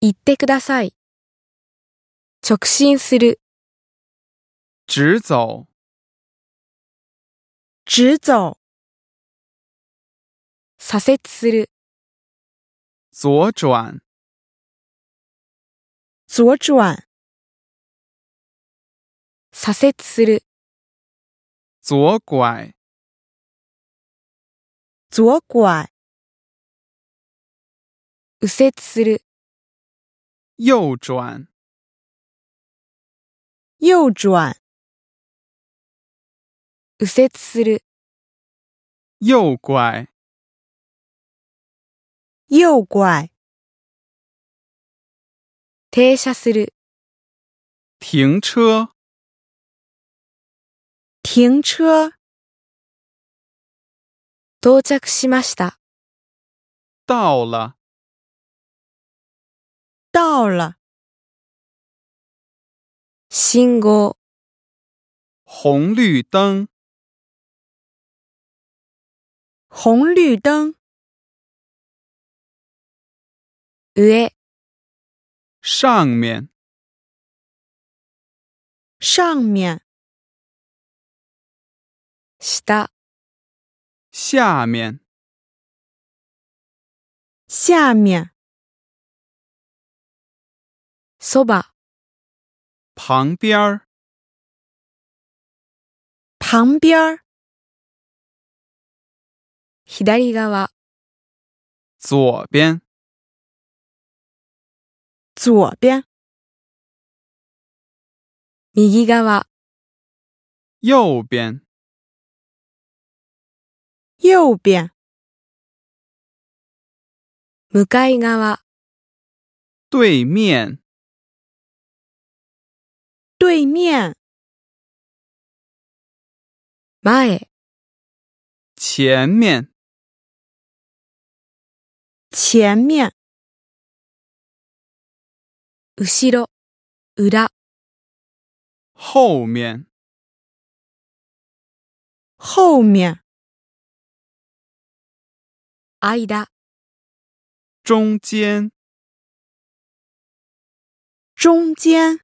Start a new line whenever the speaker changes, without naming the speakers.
言ってください。直進する、
直走、
直走、
左折する、
左转、
左转、
左折する、
左拐、
左拐、
右折する、
右转、
右转、
右折する、
右拐、
右拐、
停車する、
停车、
停车、
到着しました。
到了、
到了、
信号、
红绿灯、
红绿灯、
上、
上面、
上面、
下、
下面、
下面、
そば、
旁边儿、
旁边儿、
左側、
左边、
左边、
右側、
右边、
右边、
向かい側、
对面、
对面、
前、
前面、
前面、
後ろ、裏、
后面、
后面、
間、
中间。
中间。